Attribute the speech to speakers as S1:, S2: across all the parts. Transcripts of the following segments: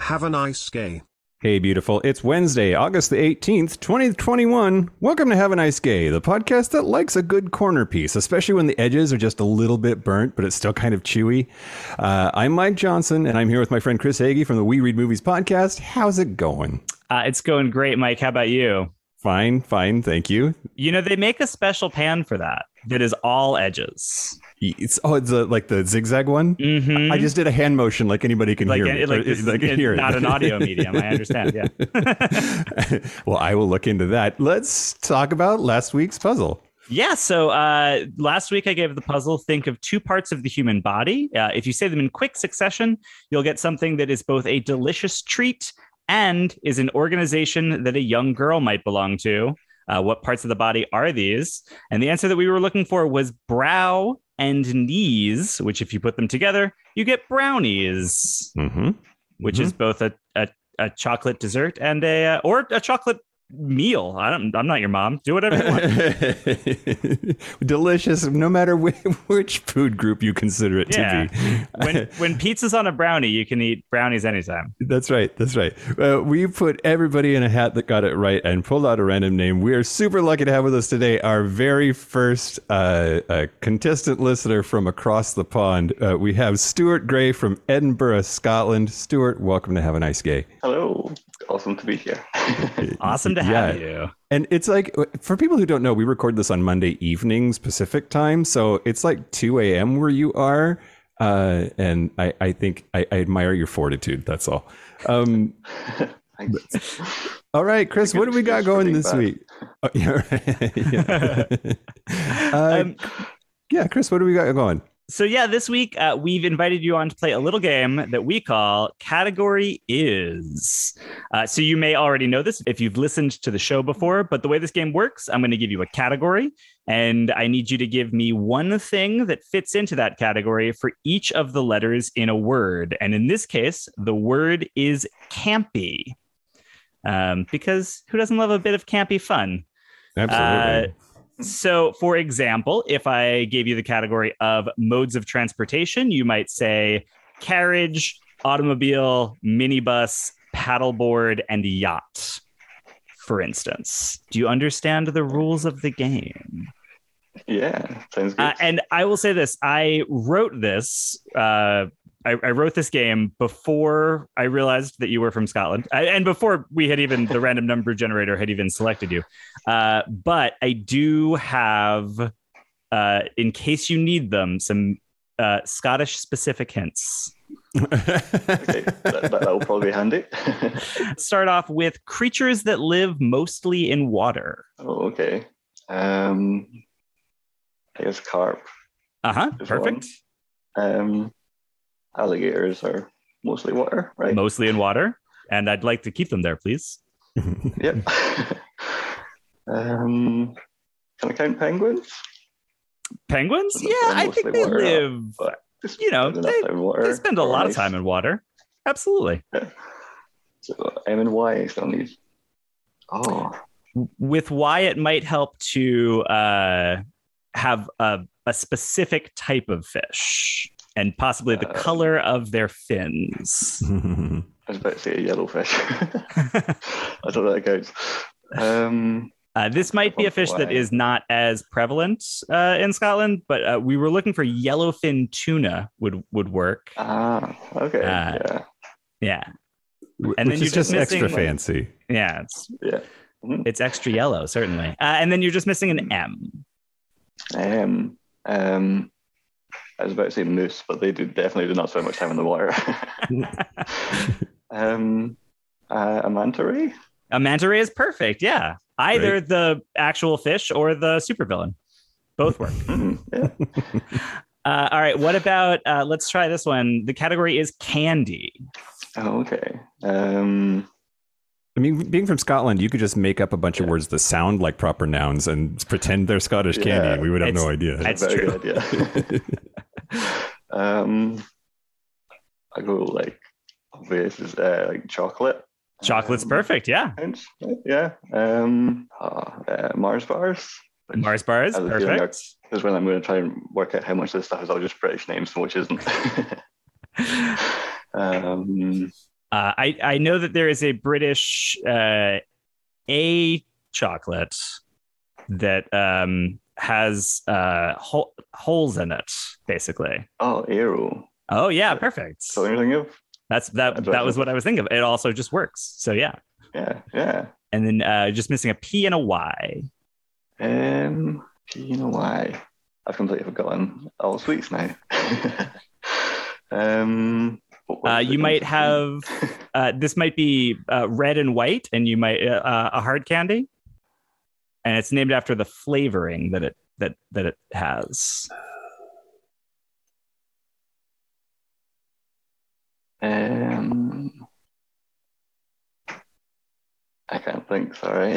S1: Have a nice day.
S2: Hey, beautiful. It's Wednesday, August the 18th, 2021. Welcome to Have a Nice Gay, the podcast that likes a good corner piece, especially when the edges are just a little bit burnt, but it's still kind of chewy. Uh, I'm Mike Johnson, and I'm here with my friend Chris Hagee from the We Read Movies podcast. How's it going?
S3: Uh, it's going great, Mike. How about you?
S2: Fine, fine. Thank you.
S3: You know, they make a special pan for that that is all edges.
S2: It's oh, it's a, like the zigzag one.
S3: Mhm.
S2: I just did a hand motion, like anybody can
S3: like,
S2: hear.
S3: it,
S2: me,
S3: like
S2: or-
S3: this,
S2: they
S3: is-
S2: can
S3: it's
S2: hear it.
S3: not an audio medium. I understand. Yeah.
S2: well, I will look into that. Let's talk about last week's puzzle.
S3: Yeah. So uh, last week I gave the puzzle think of two parts of the human body. Uh, if you say them in quick succession, you'll get something that is both a delicious treat and is an organization that a young girl might belong to. Uh, what parts of the body are these? And the answer that we were looking for was brow and knees, which, if you put them together, you get brownies,
S2: Mm-hmm.
S3: which is both a, a, a chocolate dessert and a uh, or a chocolate meal. I don't. I'm not your mom. Do whatever you want.
S2: Delicious, no matter wh- which food group you consider it
S3: Yeah.
S2: to be.
S3: when when pizza's on a brownie, you can eat brownies anytime.
S2: That's right. That's right. Uh, we put everybody in a hat that got it right and pulled out a random name. We are super lucky to have with us today our very first uh, uh, contestant listener from across the pond. Uh, we have Stuart Gray from Edinburgh, Scotland. Stuart, welcome to Have a Nice Gay.
S4: Hello. Awesome to be here.
S3: Awesome to
S2: Yeah.
S3: have you.
S2: And it's like, for people who don't know, we record this on Monday evenings Pacific time. So it's like 2 a.m. where you are. Uh, and I, I think I, I admire your fortitude. That's all. Um,
S4: Thanks.
S2: All right, Chris,
S4: good
S2: what do we got
S4: excuse for
S2: going
S4: being
S2: this
S4: bad.
S2: week? Oh, yeah, right. yeah. Uh,
S3: Um,
S2: yeah, Chris, what do we got going?
S3: so yeah, this week uh, we've invited you on to play a little game that we call Category Is. Uh, so you may already know this if you've listened to the show before, but the way this game works, I'm going to give you a category, and I need you to give me one thing that fits into that category for each of the letters in a word. And in this case, the word is campy, um, because who doesn't love a bit of campy fun?
S2: Absolutely.
S3: So, for example, if I gave you the category of modes of transportation, you might say carriage, automobile, minibus, paddleboard, and yacht, for instance. Do you understand the rules of the game?
S4: yeah, sounds good.
S3: Uh, and I will say this: I wrote this. Uh, I, I wrote this game before I realized that you were from Scotland, I, and before we had even the random number generator had even selected you. Uh, but I do have, uh, in case you need them, some uh, Scottish specific hints. uh,
S4: okay, that, that, will probably be handy.
S3: Start off with creatures that live mostly in water.
S4: oh, okay. Um, I guess carp.
S3: Uh huh.
S4: There's
S3: Perfect.
S4: Um, alligators are mostly water, right?
S3: Mostly in water, and I'd like to keep them there, please.
S4: Yep. um, can I count penguins?
S3: Penguins?
S4: They're
S3: Yeah, I
S4: mostly
S3: think they
S4: water,
S3: live.
S4: but Just
S3: You know,
S4: spending enough
S3: they-
S4: time in water.
S3: They spend a
S4: or
S3: lot
S4: ice.
S3: of time in water. Absolutely.
S4: So M and Y is still need. Oh,
S3: With why it might help to uh, have a, a specific type of fish and possibly the
S4: Uh,
S3: color of their fins.
S4: I was about to say a yellowfish. I don't know that counts. Um,
S3: Uh, this might be a fish that
S4: Why?
S3: is not as prevalent uh, in Scotland, but uh, we were looking for yellowfin tuna would would work.
S4: ah, okay.
S3: Uh,
S4: yeah.
S3: Yeah,
S2: and
S3: And then
S2: Which
S3: you're
S2: is just
S3: just missing,
S2: extra
S3: like-
S2: fancy.
S3: yeah, it's
S4: Yeah. Mhm.
S3: it's extra yellow certainly. Uh, and then you're just missing an M.
S4: Um, um, I was about to say moose, but they do definitely do not spend much time in the water. um, uh, a manta ray?
S3: A manta ray is perfect. Yeah. Either the actual fish or the supervillain. Both work.
S4: Hmm, yeah.
S3: uh, all right. What about, uh, let's try this one. The category is candy.
S4: Oh, okay. Um,
S2: I mean, being from Scotland, you could just make up a bunch of words that sound like proper nouns and pretend they're Scottish candy.
S4: Yeah.
S2: and We would have no idea.
S3: That's
S4: very
S3: true.
S4: good idea. um, I go like obvious is uh, like chocolate.
S3: Chocolate's
S4: Um,
S3: perfect. Yeah.
S4: Counts, right? Yeah. Um, ah, uh, Mars bars. Which
S3: Mars bars.
S4: I have a feeling
S3: Perfect.
S4: Is when I'm going to try and work out how much of this stuff is all just British names and which isn't. um,
S3: Uh, I I know that there is a British uh, a chocolate that um, has uh, hol- holes in it, basically.
S4: Oh, Aero.
S3: Oh yeah, perfect.
S4: So you're thinking of?
S3: That's that.
S4: That's
S3: That
S4: right.
S3: was what I was thinking of. It also just works. So yeah,
S4: Yeah, yeah.
S3: and then uh, just missing a P and a Y.
S4: Um, you know why? I've completely forgotten all sweets now. um, what was
S3: Uh,
S4: it
S3: you
S4: again?
S3: might have uh, this might be uh, red and white, and you might uh, uh, a hard candy, and it's named after the flavoring that it that that it has.
S4: Um, I can't think. Sorry.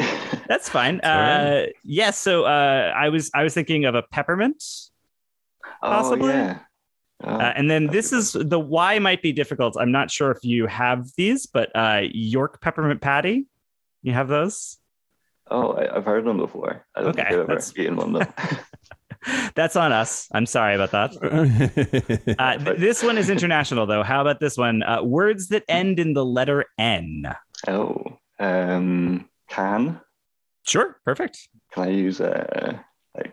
S3: That's fine.
S2: all right.
S3: Uh, yes. so uh, I was I was thinking of a peppermint, Possibly.
S4: Oh, yeah. Oh,
S3: uh, and then
S4: that's
S3: this
S4: good.
S3: is the Y might be difficult. I'm not sure if you have these, but uh, York peppermint patty. You have those?
S4: oh, I, I've heard them before. I don't think
S3: Okay,
S4: I've ever
S3: that's-
S4: eaten one though.
S3: That's on us. I'm sorry about that. Uh, th- this one is international, though. How about this one? Uh, words that end in the letter N.
S4: oh, um, can
S3: Sure, perfect.
S4: can I use uh like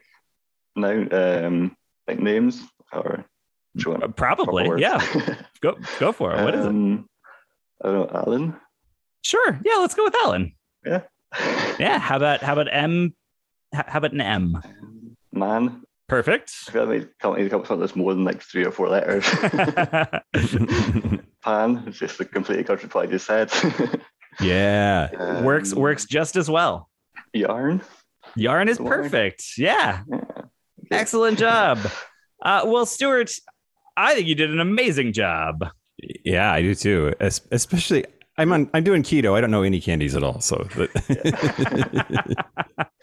S4: no um like names or do you want
S3: Uh,
S4: proper
S3: Probably,
S4: words?
S3: yeah. Go go for it. What is it?
S4: Um, I don't know, Alan.
S3: Sure, yeah. Let's go with Alan.
S4: Yeah.
S3: Yeah. How about how about M? H- How about an M?
S4: Man,
S3: Perfect.
S4: I feel like I can't need to come up with something that's more than like three or four letters. Pan, it's just the complete contrary to what I just said.
S2: yeah.
S4: Um,
S3: works works just as well.
S4: Yarn.
S3: Yarn is
S4: the one I-
S3: perfect. Yeah.
S4: Yeah.
S3: Excellent job. Uh, well, Stuart, I think you did an amazing job.
S2: Yeah, I do too. Es- especially, I'm on. I'm doing keto. I don't know any candies at all. So, but-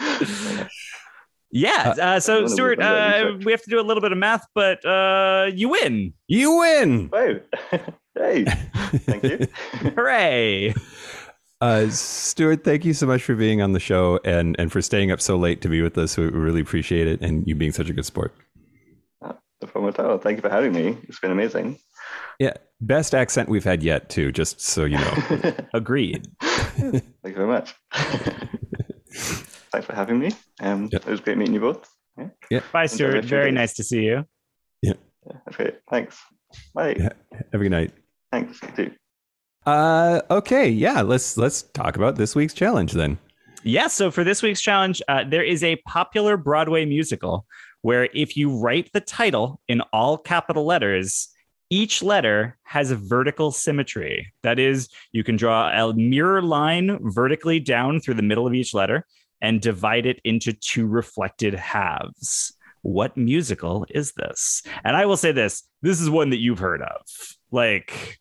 S3: Yeah. Uh,
S4: I
S3: so,
S4: wanna
S3: Stuart,
S4: work on that
S3: uh,
S4: research.
S3: we have to do a little bit of math, but uh, you win.
S2: you win.
S4: Wow. hey, thank you.
S3: Hooray.
S2: Uh, Stuart, thank you so much for being on the show and and for staying up so late to be with us. We really appreciate it, and you being such a good sport.
S4: No problem at all. Thank you for having me. It's been amazing.
S2: Yeah, best accent we've had yet too. Just so you know.
S4: Thank
S3: Agreed.
S4: you very much. Thanks for having me. Um,
S2: Yep.
S4: It was great meeting you both.
S3: Bye,
S4: Enjoy the
S3: Stuart.
S4: rest of
S3: Very
S4: your day.
S3: nice to see you.
S4: That's great. Thanks. Bye.
S2: Yeah. Have a good night.
S4: Thanks. You too.
S2: Uh, okay, yeah. Let's let's talk about this week's challenge then.
S3: Yeah. So for this week's challenge, uh, there is a popular Broadway musical where if you write the title in all capital letters, each letter has a vertical symmetry. That is, you can draw a mirror line vertically down through the middle of each letter and divide it into two reflected halves. What musical is this? And I will say this this is one that you've heard of. Like,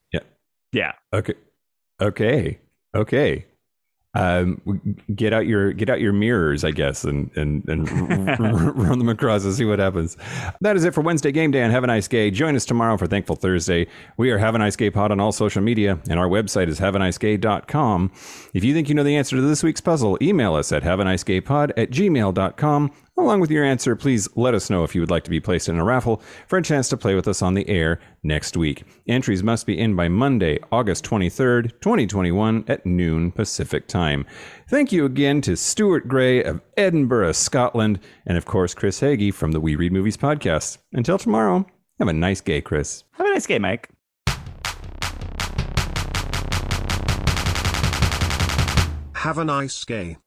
S2: Okay, okay, okay. Um, w- get out your get out your mirrors, I guess, and and and r- r- run them across and see what happens. That is it for Wednesday game day. And have a nice day. Join us tomorrow for Thankful Thursday. We are Have a Nice Gay Pod on all social media, and our website is haveanicegay.com. If you think you know the answer to this week's puzzle, email us at haveanicegaypod at gmail.com. Along with your answer, please let us know if you would like to be placed in a raffle for a chance to play with us on the air next week. Entries must be in by Monday, August 23rd, 2021 at noon Pacific time. Thank you again to Stuart Gray of Edinburgh, Scotland, and of course, Chris Hagee from the We Read Movies podcast. Until tomorrow, have a nice day, Chris.
S3: have a nice day, Mike.
S1: Have a nice day.